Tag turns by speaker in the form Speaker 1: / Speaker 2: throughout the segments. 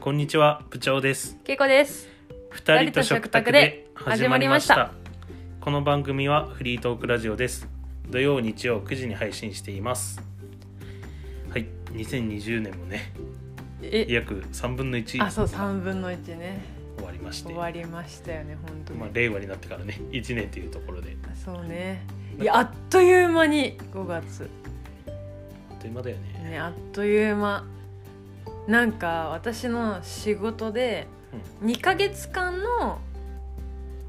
Speaker 1: こんにちは部長です
Speaker 2: けいこです
Speaker 1: 二人と食卓で始まりましたこの番組はフリートークラジオです土曜日曜9時に配信していますはい2020年もね
Speaker 2: え
Speaker 1: 約3分の1
Speaker 2: あそう
Speaker 1: 終
Speaker 2: 3分の1ね
Speaker 1: わりまして
Speaker 2: 終わりましたよね本当に、
Speaker 1: まあ令和になってからね1年というところで
Speaker 2: そうねいやあっという間に5月
Speaker 1: あっという間だよね
Speaker 2: ねあっという間なんか私の仕事で2ヶ月間の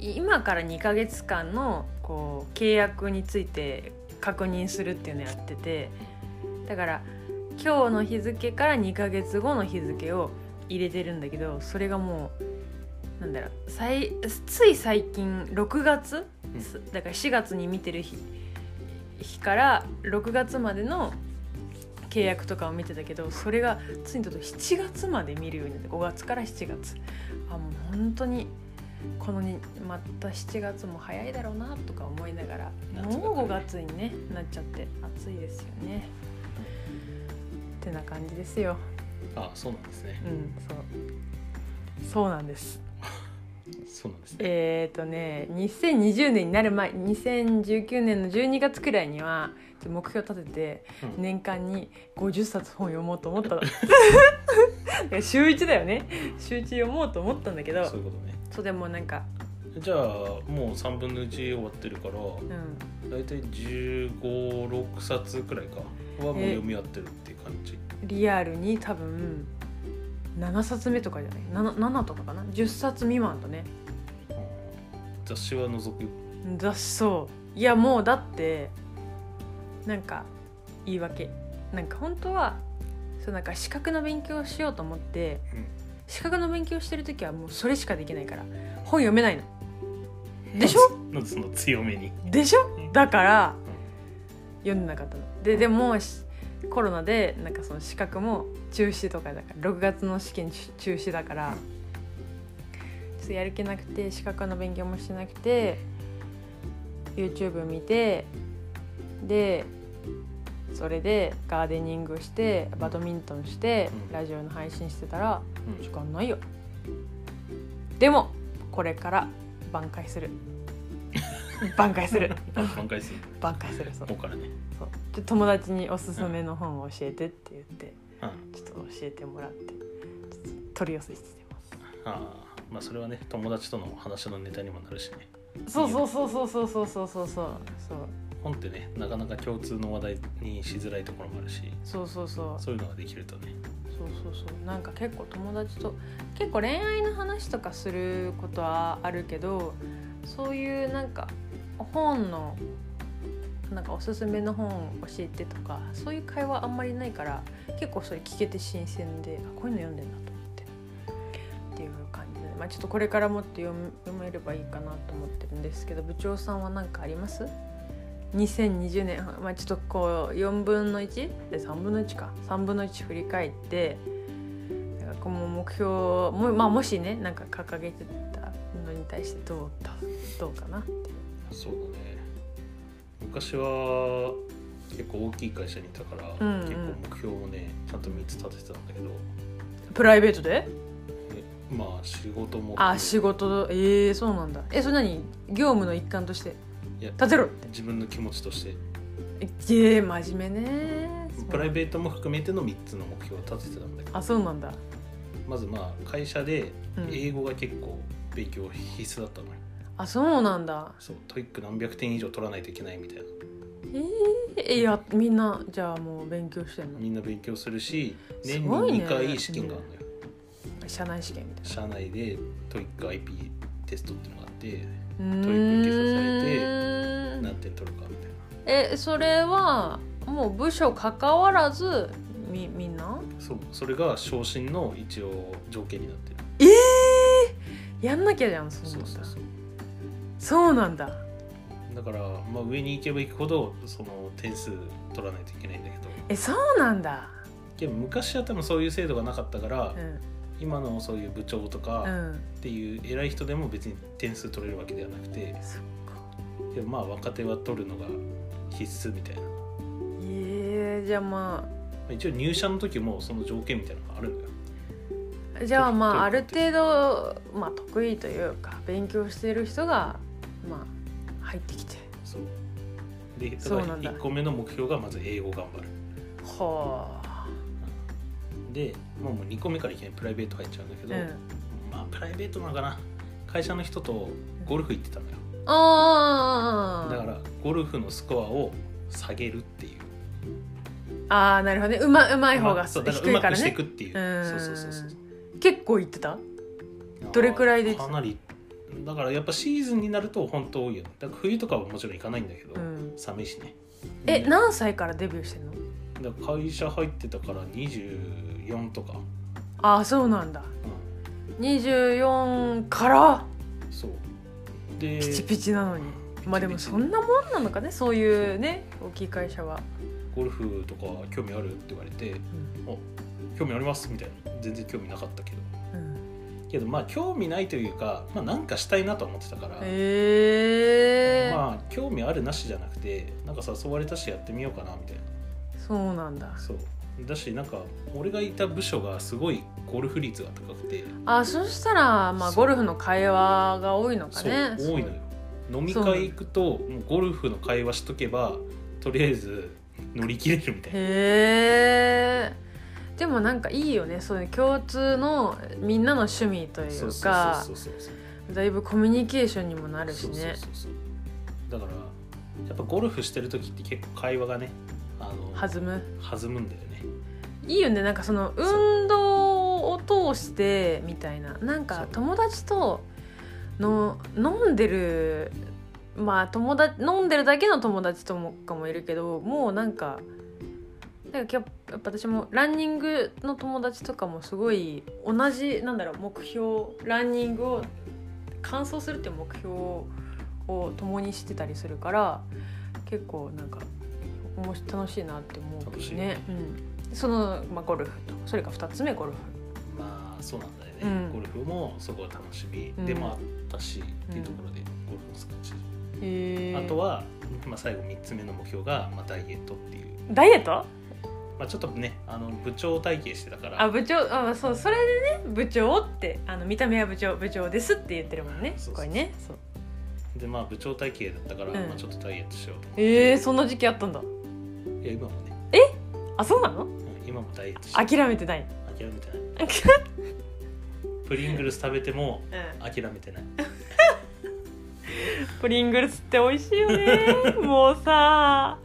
Speaker 2: 今から2ヶ月間のこう契約について確認するっていうのやっててだから今日の日付から2ヶ月後の日付を入れてるんだけどそれがもうなんだろう最つい最近6月、
Speaker 1: うん
Speaker 2: すだから4月に見てる日日から6月までの契約とかを見てたけどそれがついにちょっと7月まで見るようになって5月から7月あもう本当にこのにまた7月も早いだろうなとか思いながら
Speaker 1: 夏だからね
Speaker 2: もう5月に、ね、なっちゃって暑いですよね。ってな感じですよ。
Speaker 1: あそうなんですね
Speaker 2: うん、そう。そうなんです。
Speaker 1: そうなんですね
Speaker 2: えっ、ー、とね、2020年になる前、2019年の12月くらいにはちょっと目標立てて
Speaker 1: うん
Speaker 2: 年間に50冊本読もうと思ったの。 週1だよね。週1読もうと思ったんだけど、
Speaker 1: そういうことね
Speaker 2: そうでもなんか、
Speaker 1: じゃあもう3分の1終わってるから
Speaker 2: うん、
Speaker 1: 大体156冊くらいかはもう
Speaker 2: え
Speaker 1: 読み合ってるっていう感じ
Speaker 2: リアルに多分7冊目とかじゃない、7, 7とかかな、10冊未満だね。
Speaker 1: 雑誌は除く
Speaker 2: だしそういやもうだってなんか言い訳なんか本当はそうなんか資格の勉強をしようと思って、
Speaker 1: うん
Speaker 2: 資格の勉強してる時はもうそれしかできないから本読めないのでし
Speaker 1: ょ
Speaker 2: ょ
Speaker 1: なんでその強めに
Speaker 2: でしょだから読んでなかったのででもしコロナでなんかその資格も中止とかだから6月の試験中中止だからちょっとやる気なくて資格の勉強もしてなくて YouTube 見てでそれでガーデニングしてバドミントンして
Speaker 1: うん
Speaker 2: ラジオの配信してたら
Speaker 1: うん
Speaker 2: 時間ないよでもこれから挽回 する挽回する
Speaker 1: あ挽回する
Speaker 2: 挽回するそう
Speaker 1: ここからね
Speaker 2: そうで友達におすすめの本を教えてって言って、
Speaker 1: うん
Speaker 2: ちょっと教えてもらってちょっと取り寄せしてます
Speaker 1: ああまあそれはね友達との話のネタにもなるしね
Speaker 2: そうそうそうそうそうそうそうそうそう
Speaker 1: 本ってねなかなか共通の話題にしづらいところもあるし
Speaker 2: そうそうそう
Speaker 1: そういうのができるとね
Speaker 2: そうそうそうなんか結構友達と結構恋愛の話とかすることはあるけどそういうなんか本のなんかおすすめの本教えてとかそういう会話あんまりないから結構それ聞けて新鮮であこういうの読んでんだと思ってっていう感じで、まあ、ちょっとこれからもっと読む読めればいいかなと思ってるんですけど部長さんは何かあります ?2020 年、まあ、ちょっとこう4分の1で3分の1か3分の1振り返ってなんかこの目標も,、まあ、もしねなんか掲げてたのに対してどうだどうかなっていう。
Speaker 1: そうだね昔は結構大きい会社にいたから、
Speaker 2: うんうん
Speaker 1: 結構目標をねちゃんと3つ立ててたんだけど
Speaker 2: プライベートで
Speaker 1: えまあ仕事も
Speaker 2: あ仕事ええそうなんだえそれ何業務の一環として
Speaker 1: いや
Speaker 2: 立てろっ
Speaker 1: 自分の気持ちとして
Speaker 2: てええ真面目ね
Speaker 1: プライベ
Speaker 2: ー
Speaker 1: ートも含めての3つの目標を立ててたんだけど
Speaker 2: トあそうなんだ、
Speaker 1: まずまあ会社で
Speaker 2: うん
Speaker 1: 英語が結構勉強必須だったのよ、
Speaker 2: あそうなんだ
Speaker 1: そうトイック何百点以上取らないといけないみたいな
Speaker 2: ええいやみんなじゃあもう勉強してんの
Speaker 1: みんな勉強するし
Speaker 2: す
Speaker 1: 年に
Speaker 2: ごいね
Speaker 1: 2回試験があるのよ、
Speaker 2: 社内試験みたいな
Speaker 1: 社内でトイック IP テストっていうのがあってト
Speaker 2: う
Speaker 1: イック受けさ
Speaker 2: ーん
Speaker 1: 何点取るかみたいな
Speaker 2: えそれはもう部署関わらずみみんな
Speaker 1: そうそれが昇進の一応条件になってる
Speaker 2: ええやんなきゃじゃんそう
Speaker 1: そ
Speaker 2: な
Speaker 1: うんそ
Speaker 2: だ
Speaker 1: うそう
Speaker 2: そうなんだ
Speaker 1: だから、まあ、上に行けば行くほどその点数取らないといけないんだけど
Speaker 2: えそうなんだ
Speaker 1: でも昔は多分そういう制度がなかったから、
Speaker 2: うん
Speaker 1: 今のそういう部長と
Speaker 2: う
Speaker 1: か
Speaker 2: ん
Speaker 1: っていう偉い人でも別に点数取れるわけではなくて
Speaker 2: そっか
Speaker 1: でもまあ若手は取るのが必須みたいな、ま
Speaker 2: ええじゃあま
Speaker 1: あ一応入社の時もその条件みたいなのがあるのよ
Speaker 2: あじゃあまああ
Speaker 1: 得意
Speaker 2: る
Speaker 1: って
Speaker 2: 程度、まあ、得意というか勉強している人がまあ入ってきて
Speaker 1: そうでた
Speaker 2: そうな
Speaker 1: だ
Speaker 2: んだ
Speaker 1: 1個目の目標がまず英語頑張る
Speaker 2: はあ
Speaker 1: で、まあ、もう2個目からいきなりプライベート入っちゃうんだけ
Speaker 2: う
Speaker 1: ど、
Speaker 2: ん
Speaker 1: まあプライベートなのかな会社の人とゴルフ行ってたのよ
Speaker 2: あ
Speaker 1: だか
Speaker 2: ー
Speaker 1: らゴルフのスコアを下げるっていう
Speaker 2: あーなるほどねうまうまい方が
Speaker 1: そ
Speaker 2: 低
Speaker 1: うだから
Speaker 2: い
Speaker 1: ま
Speaker 2: うか
Speaker 1: く
Speaker 2: ら
Speaker 1: してい
Speaker 2: ね
Speaker 1: くっていう
Speaker 2: うん
Speaker 1: そうそうそうそう
Speaker 2: 結構いってたどれくらいで
Speaker 1: あーかなりだからやっぱシーズンになると本当多いよねだから冬とかはもちろん行かないんだけど、
Speaker 2: うん
Speaker 1: 寒いしね
Speaker 2: え
Speaker 1: だか
Speaker 2: 何歳からデビューしてんの
Speaker 1: ら会社入ってたから24とか、
Speaker 2: ああそうなんだ
Speaker 1: う
Speaker 2: 24から
Speaker 1: ん、そうで
Speaker 2: ピチピチなのに、まあでもそんなもんなのかねそういうね大きい会社は、
Speaker 1: ゴルフとか興味あるって言われて
Speaker 2: うん
Speaker 1: 興味ありますみたいな全然興味なかったけど
Speaker 2: うん
Speaker 1: けどまあ興味ないというか、まあ、なんかしたいなとは思ってたから、
Speaker 2: ええー
Speaker 1: まあ興味あるなしじゃなくてなんか誘われたしやってみようかなみたいな
Speaker 2: そうなんだ
Speaker 1: そうだしなんか俺がいた部署がすごいゴルフ率が高くて、
Speaker 2: あそしたら、まあ、
Speaker 1: そう
Speaker 2: ゴルフの会話が多いのか
Speaker 1: そう
Speaker 2: ね
Speaker 1: 多いのよ飲み会行くともうゴルフの会話しとけばとりあえず乗り切れるみたいな
Speaker 2: へえでもなんかいいよねそういう共通のみんなの趣味とい
Speaker 1: そう
Speaker 2: う
Speaker 1: そう
Speaker 2: か
Speaker 1: そうそうそう
Speaker 2: だいぶコミュニケーションにもなるし
Speaker 1: そうそう
Speaker 2: ね
Speaker 1: そうそうだからやっぱゴルフしてる時って結構会話がねあの
Speaker 2: 弾む
Speaker 1: 弾むんだよね
Speaker 2: いいよねなんかその運動を通してみたいななん
Speaker 1: そう
Speaker 2: か友達との飲んでるまあ友達飲んでるだけの友達ともかもいるけどもうなんかなんかやっぱやっぱ私もランニングの友達とかもすごい同じなんだろう目標ランニングを完走するっていう目標を共にしてたりするから結構なんかおもし楽しいなって思うけ
Speaker 1: 楽し
Speaker 2: ど
Speaker 1: い
Speaker 2: ね
Speaker 1: ね。
Speaker 2: うん、その、まあ、ゴルフとそれが2つ目ゴルフ。
Speaker 1: まあそうなんだよね、
Speaker 2: うん
Speaker 1: ゴルフもそこは楽しみ
Speaker 2: うん
Speaker 1: でもあったし、っていうところでゴルフも少し、
Speaker 2: へー
Speaker 1: あとは、まあ、最後3つ目の目標が、まあ、ダイエットっていう、
Speaker 2: ダイエット
Speaker 1: まあ、ちょっとねあの部長体型してたから
Speaker 2: あ部長あそうそれでね部長ってあの見た目は部長部長ですって言ってるもんね
Speaker 1: そうそうそう
Speaker 2: これねそう
Speaker 1: でまあ部長体型だったから、
Speaker 2: うん
Speaker 1: まあ、ちょっとダイエットしようと思って
Speaker 2: えー、そんな時期あったんだ
Speaker 1: いや今もね
Speaker 2: あそうなの
Speaker 1: うん今もダイエットして
Speaker 2: 諦め てない
Speaker 1: 諦めてないプリングルス食べても
Speaker 2: うん
Speaker 1: 諦めてない
Speaker 2: プリングルスって美味しいよ ねもうさ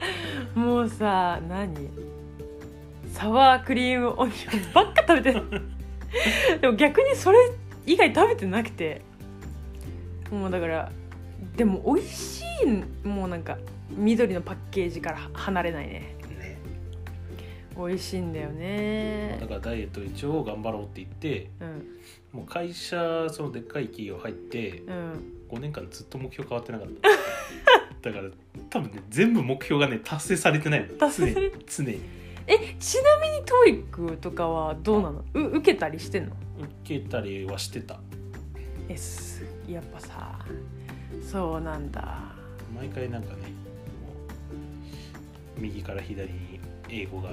Speaker 2: もうさ何サワークリームオニオンばっか食べて るでも逆にそれ以外食べてなくてもうだからでも美味しいもうなんか緑のパッケージから離れないね
Speaker 1: ね
Speaker 2: 美味しいんだよね
Speaker 1: だからダイエット一応頑張ろうって言って
Speaker 2: うん
Speaker 1: もう会社そのでっかい企業入って
Speaker 2: うん
Speaker 1: 5年間ずっと目標変わってなかった だから多分ね全部目標がね達成されてないの
Speaker 2: 達
Speaker 1: 常
Speaker 2: 成され
Speaker 1: に常に
Speaker 2: えちなみにトイックとかはどうなのう受けたりしてんの
Speaker 1: 受けたりはしてた
Speaker 2: えすやっぱさそうなんだ
Speaker 1: 毎回なんかねもう右から左に英語が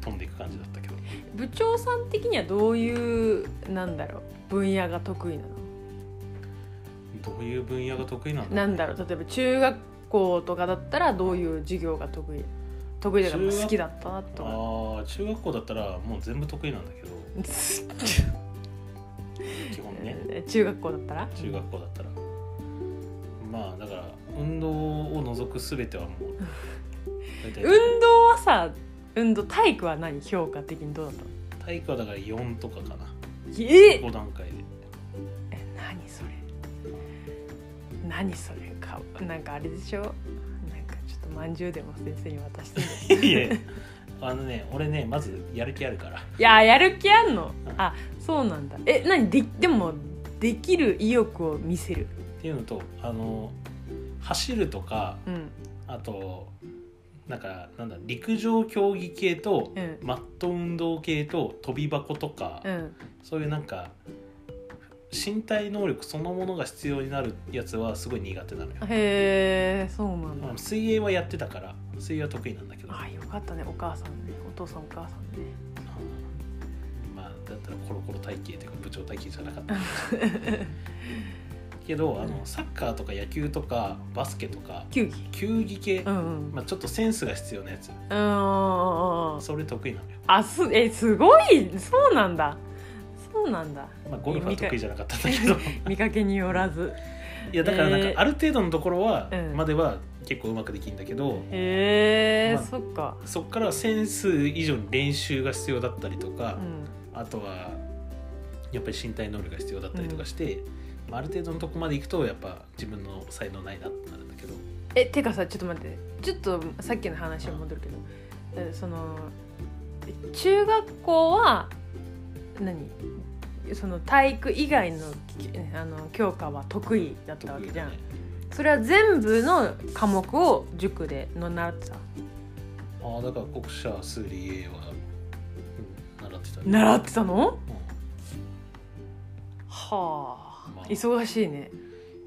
Speaker 1: 飛んでいく感じだったけど
Speaker 2: 部長さん的にはどういうなんだろう分野が得意なの
Speaker 1: どういう分野が得意なんだ
Speaker 2: なんだろう例えば中学校とかだったらどういう授業が得意得意だから
Speaker 1: 中学
Speaker 2: 好きだったなとか
Speaker 1: ああ中学校だったらもう全部得意なんだけど基本ね
Speaker 2: 中学校だったら
Speaker 1: 中学校だったらまあだから運動を除く全てはもう大体
Speaker 2: 運動はさ運動体育は何評価的にどうだったの
Speaker 1: 体育はだから4とかかな
Speaker 2: え
Speaker 1: 5段階で
Speaker 2: え何それ何それかなんかあれでしょなんかちょっとまんじゅうでも先生に渡してんだ
Speaker 1: いえあのね俺ねまずやる気あるから
Speaker 2: いややる気あんのあそうなんだえ何ででもできる意欲を見せ
Speaker 1: っ
Speaker 2: る
Speaker 1: ていうのとあの走るとか
Speaker 2: うん
Speaker 1: あとなんかなんだ陸上競技系と
Speaker 2: うん
Speaker 1: マット運動系と跳び箱とか、
Speaker 2: うん
Speaker 1: そういうなんか身体能力そのものが必要になるやつはすごい苦手なのよ
Speaker 2: へえそうなんだ
Speaker 1: まあ水泳はやってたから水泳は得意なんだけど
Speaker 2: あよかったねお母さんねお父さんお母さんね
Speaker 1: まあだったらコロコロ体型というか部長体型じゃなか ったけどあのサッカーとか野球とかバスケとか
Speaker 2: 球技
Speaker 1: 球技系、
Speaker 2: うんうん、
Speaker 1: まあ、ちょっとセンスが必要なやつ
Speaker 2: うんうんうん
Speaker 1: それ得意なのよ、
Speaker 2: あすえすごいそうなんだそうなんだ
Speaker 1: まあ、ゴルフは得意じゃなかったんだけどい
Speaker 2: 見かけによらず
Speaker 1: やだからなん
Speaker 2: えー
Speaker 1: かある程度のところは、
Speaker 2: うん
Speaker 1: までは結構うまくできるんだけど
Speaker 2: へえ、
Speaker 1: まあ
Speaker 2: そっか
Speaker 1: そっからセンス以上に練習が必要だったりとか
Speaker 2: う、ん
Speaker 1: あとはやっぱり身体能力が必要だったりとかして、まあ、ある程度のとこまで行くとやっぱ自分の才能ないなってなるんだけど
Speaker 2: えてかさちょっと待ってちょっとさっきの話は戻るけど、えその中学校は何その体育以外のきあの教科は得意だったわけじゃん、
Speaker 1: 得意
Speaker 2: それは全部の科目を塾での習ってた
Speaker 1: だねああだから国社数理 A は、うん、習ってたね
Speaker 2: 習ってたの
Speaker 1: う
Speaker 2: はあ、
Speaker 1: まあ
Speaker 2: 忙しいね
Speaker 1: ん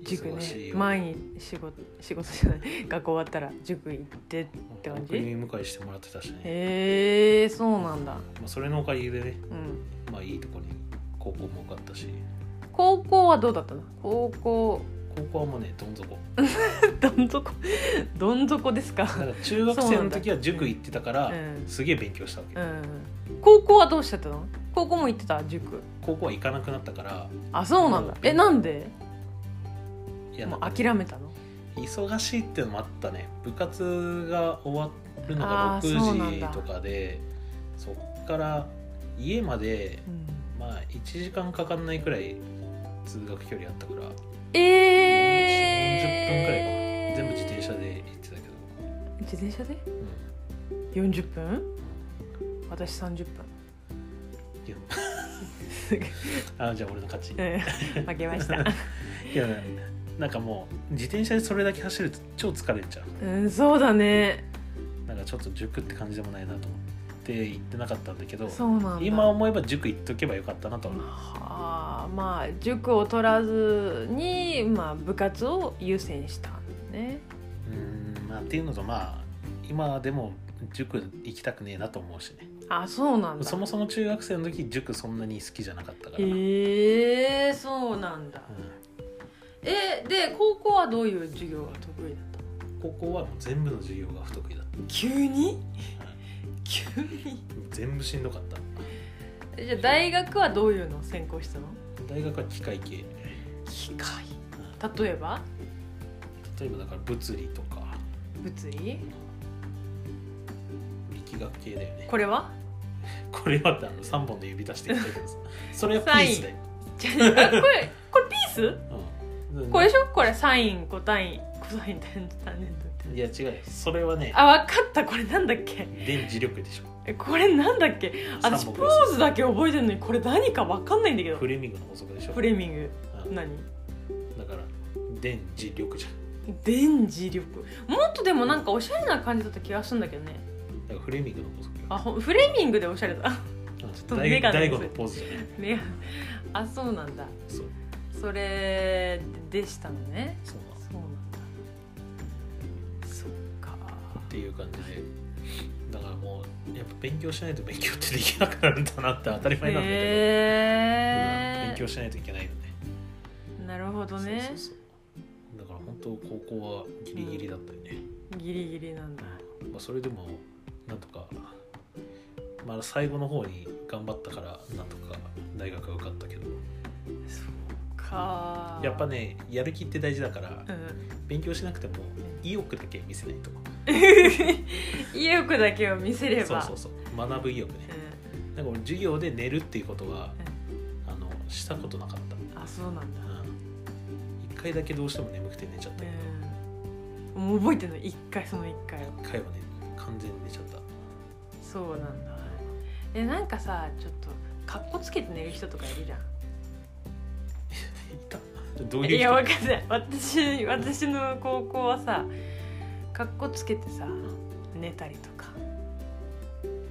Speaker 2: 塾
Speaker 1: 忙しい
Speaker 2: ね
Speaker 1: よ
Speaker 2: 毎日仕事仕事じゃない 学校終わったら塾行ってへて感じ
Speaker 1: 送り迎えしてもらってたしね、
Speaker 2: えそうなんだ
Speaker 1: まあ、それのおかげでね、
Speaker 2: うん
Speaker 1: まあ、いいとこに高校も受かったし
Speaker 2: 高校はどうだったの高校
Speaker 1: 高校はもうねどん底
Speaker 2: どん底どん底ですか
Speaker 1: だから中学生の時は塾行ってたから、
Speaker 2: うん
Speaker 1: すげえ勉強したわけ、
Speaker 2: うん高校はどうしてたの高校も行ってた塾
Speaker 1: 高校は行かなくなったから
Speaker 2: あそうなんだえなんで
Speaker 1: いや
Speaker 2: もう諦めたの
Speaker 1: 忙しいっていうのもあったね部活が終わるの
Speaker 2: あ
Speaker 1: が
Speaker 2: ーそうな
Speaker 1: 6
Speaker 2: んだ
Speaker 1: 時とかでそっから家まで
Speaker 2: うん
Speaker 1: まあ1時間かかんないくらい通学距離あったから
Speaker 2: えー、
Speaker 1: 全部自転車で行ってたけど、
Speaker 2: 自転車で
Speaker 1: うん
Speaker 2: 40分私30分
Speaker 1: いや
Speaker 2: すぐ
Speaker 1: あーじゃあ俺の勝ちい
Speaker 2: うん負けま した
Speaker 1: やなんかもう自転車でそれだけ走ると超疲れちゃう
Speaker 2: うんそうだね
Speaker 1: なんかちょっと塾って感じでもないなと思って行ってなかったんだけど
Speaker 2: そうなんだ
Speaker 1: 今思えば塾行っとけばよかったなと思う
Speaker 2: はあまあ塾を取らずに、まあ、部活を優先したんだね
Speaker 1: うんまあっていうのとまあ今でも塾行きたくねえなと思うしね
Speaker 2: あそうなんだ
Speaker 1: そもそも中学生の時塾そんなに好きじゃなかったから、
Speaker 2: ええそうなんだ
Speaker 1: う
Speaker 2: えで高校はどういう授業が得意だったの
Speaker 1: ん高校はもう全部の授業が不得意だった
Speaker 2: 急に急に
Speaker 1: 全部しんどかった
Speaker 2: じゃあ大学はどういうのを専攻したの
Speaker 1: 大学は機械系
Speaker 2: 機械例えば
Speaker 1: 例えばだから物理とか
Speaker 2: 物理
Speaker 1: 力学系だよね
Speaker 2: これは
Speaker 1: これはあの3本で指出してきたやつ ですそれはピースだよ、
Speaker 2: じゃあこれこれピー
Speaker 1: うん
Speaker 2: スこれでしょこれサインコタインコサインタンジタンジェントみたいない
Speaker 1: や違うよそれはね
Speaker 2: あ、わかった、これなんだっけ。
Speaker 1: 電磁力でしょ
Speaker 2: えこれなんだっけ。私
Speaker 1: 三
Speaker 2: ポ
Speaker 1: 本
Speaker 2: ーズだけ覚えてるのに、これ何かわかんないんだけど
Speaker 1: フ。レミングの法則でしょ
Speaker 2: フレミング、
Speaker 1: うんだ
Speaker 2: 何。
Speaker 1: から電磁力じゃん
Speaker 2: 電磁力。もっとでも、なんかおしゃれな感じだった気がするんだけどね。
Speaker 1: だからフレミングの法則よ
Speaker 2: あ、ほんフレミングでおしゃれだ。 と
Speaker 1: 大
Speaker 2: メガネ
Speaker 1: 大悟のポーズじゃない
Speaker 2: ね。あ、そうなんだ。
Speaker 1: そう
Speaker 2: それでしたのね。
Speaker 1: そうなの
Speaker 2: そうなんだ。そっか。
Speaker 1: っていう感じでだからもうやっぱ勉強しないと勉強ってできなくなるんだなって当たり前なんだけど、うん
Speaker 2: へ
Speaker 1: 勉
Speaker 2: え
Speaker 1: 強。しないといけないよね
Speaker 2: なるほどね
Speaker 1: そう。そうそうだから本当高校はギリギリだったよね、
Speaker 2: ギリギリなんだ。
Speaker 1: まあ、それでもなんとかまあ最後の方に頑張ったからなんとか大学は受かったけど
Speaker 2: そっか。
Speaker 1: やっぱ。ねやる気って大事だから
Speaker 2: うん。
Speaker 1: 勉強しなくても意欲だけ見せないと
Speaker 2: 意欲だけを見せれば
Speaker 1: そうそうそう学ぶ意欲ね
Speaker 2: う
Speaker 1: なんか俺授業で寝るっていうことは、あのしたことなかった、
Speaker 2: んあそうなんだ、
Speaker 1: うん、一回だけどうしても眠くて寝ちゃったけど、
Speaker 2: うん、もう覚えてるの一回その一回を
Speaker 1: 一回はね完全に寝ちゃった
Speaker 2: そうなんだえなんかさちょっとかっこつけて寝る人とかいるじゃん
Speaker 1: いたどういう
Speaker 2: い
Speaker 1: 人
Speaker 2: やわかんない私私の高校はさかっこつけてさ寝たりとか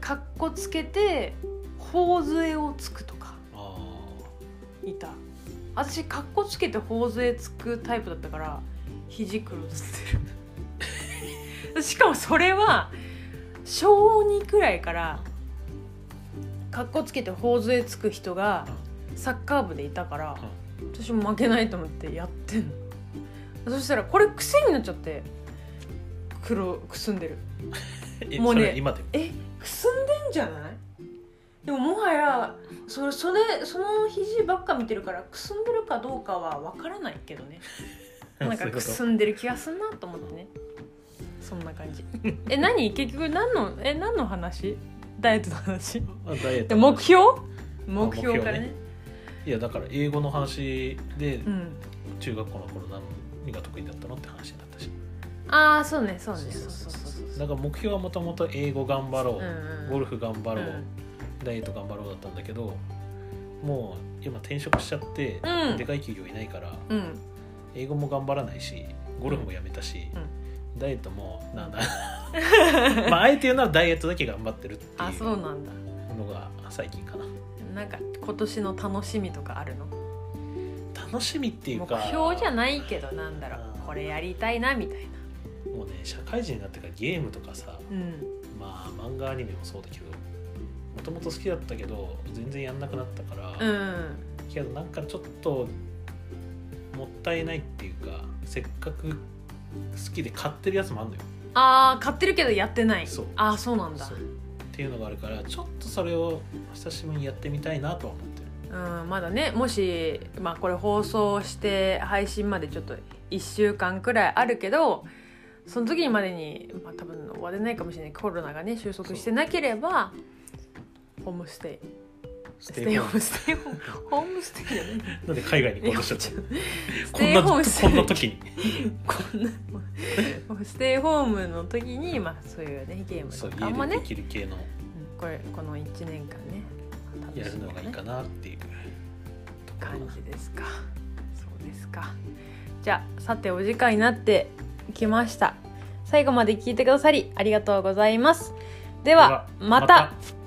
Speaker 2: かっこつけて頬杖をつくとか
Speaker 1: あ
Speaker 2: いた私かっこつけて頬杖つくタイプだったから肘黒ず ってるしかもそれは小2くらいからかっこつけて頬杖つく人がサッカー部でいたから私も負けないと思ってやってんのそしたらこれ癖になっちゃって黒くすんでる
Speaker 1: え
Speaker 2: もう
Speaker 1: そ
Speaker 2: ね
Speaker 1: れ今でも
Speaker 2: えくすんでんじゃないでももはやそれそれその肘ばっか見てるからくすんでるかどうかは分からないけどねなん
Speaker 1: そう
Speaker 2: か
Speaker 1: いうこ
Speaker 2: く
Speaker 1: と
Speaker 2: すんでる気がすんなと思ってねそんな感じえ何結局何のえ何の話ダイエットの話
Speaker 1: あダイエッ
Speaker 2: で
Speaker 1: ト
Speaker 2: 目標
Speaker 1: 目
Speaker 2: 目
Speaker 1: 標ね
Speaker 2: 標からね
Speaker 1: いやだから英語の話で
Speaker 2: うん
Speaker 1: 中学校の頃何が得意だったのって話になったし
Speaker 2: ああそうねそうねそう
Speaker 1: そ
Speaker 2: そうう
Speaker 1: そ
Speaker 2: そう
Speaker 1: そ
Speaker 2: うそうう
Speaker 1: だから目標はもともと英語頑張ろ
Speaker 2: う
Speaker 1: う、
Speaker 2: んうん
Speaker 1: ゴルフ頑張ろう、
Speaker 2: うん
Speaker 1: ダイエット頑張ろうだったんだけどもう今転職しちゃって、
Speaker 2: うん
Speaker 1: でかい企業いないから
Speaker 2: うん
Speaker 1: 英語も頑張らないしゴルフもやめたし、ダイエットもなん だまああえて言うならダイエットだけ頑張ってるって
Speaker 2: あ
Speaker 1: い
Speaker 2: そう
Speaker 1: う
Speaker 2: なんだ
Speaker 1: のが最近かな
Speaker 2: なんか今年の楽しみとかあるの
Speaker 1: 楽しみっていう
Speaker 2: 目
Speaker 1: か
Speaker 2: 標じゃないけどなんだろう
Speaker 1: うん
Speaker 2: これやりたいなみたいな
Speaker 1: もうね社会人になってからゲームとかさ
Speaker 2: うん
Speaker 1: まあ漫画アニメもそうだけどもともと好きだったけど全然やんなくなったから、
Speaker 2: うん
Speaker 1: けどなんかちょっともったいないっていうかせっかく好きで買ってるやつもあるのよ
Speaker 2: ああ買ってるけどやってない
Speaker 1: そう
Speaker 2: ああそうなんだ
Speaker 1: そうっていうのがあるからちょっとそれを久しぶりにやってみたいなとは思ってる
Speaker 2: うんまだねもしまあこれ放送して配信までちょっと1週間くらいあるけどその時にまでに、まあ、多分終われないかもしれないコロナがね収束してなければホームステイ
Speaker 1: ス
Speaker 2: ステイホー
Speaker 1: ム
Speaker 2: ムステイホームホームステイじゃない
Speaker 1: なんで海外に行こうとしちゃったこん
Speaker 2: テイ
Speaker 1: な
Speaker 2: ホー
Speaker 1: こ
Speaker 2: ム
Speaker 1: んな時に
Speaker 2: こ んなもうステイホームの時にまあそういうねゲーム
Speaker 1: そう
Speaker 2: とか
Speaker 1: 家
Speaker 2: も
Speaker 1: でで
Speaker 2: ね
Speaker 1: きる系の
Speaker 2: うんこれこの1年間ね楽
Speaker 1: や
Speaker 2: し
Speaker 1: る
Speaker 2: み
Speaker 1: の
Speaker 2: だ
Speaker 1: が
Speaker 2: ね
Speaker 1: いいかなっていうところ
Speaker 2: 感じですかそうですかじゃあさてお時間になってきました最後まで聞いてくださりありがとうございますではまた
Speaker 1: また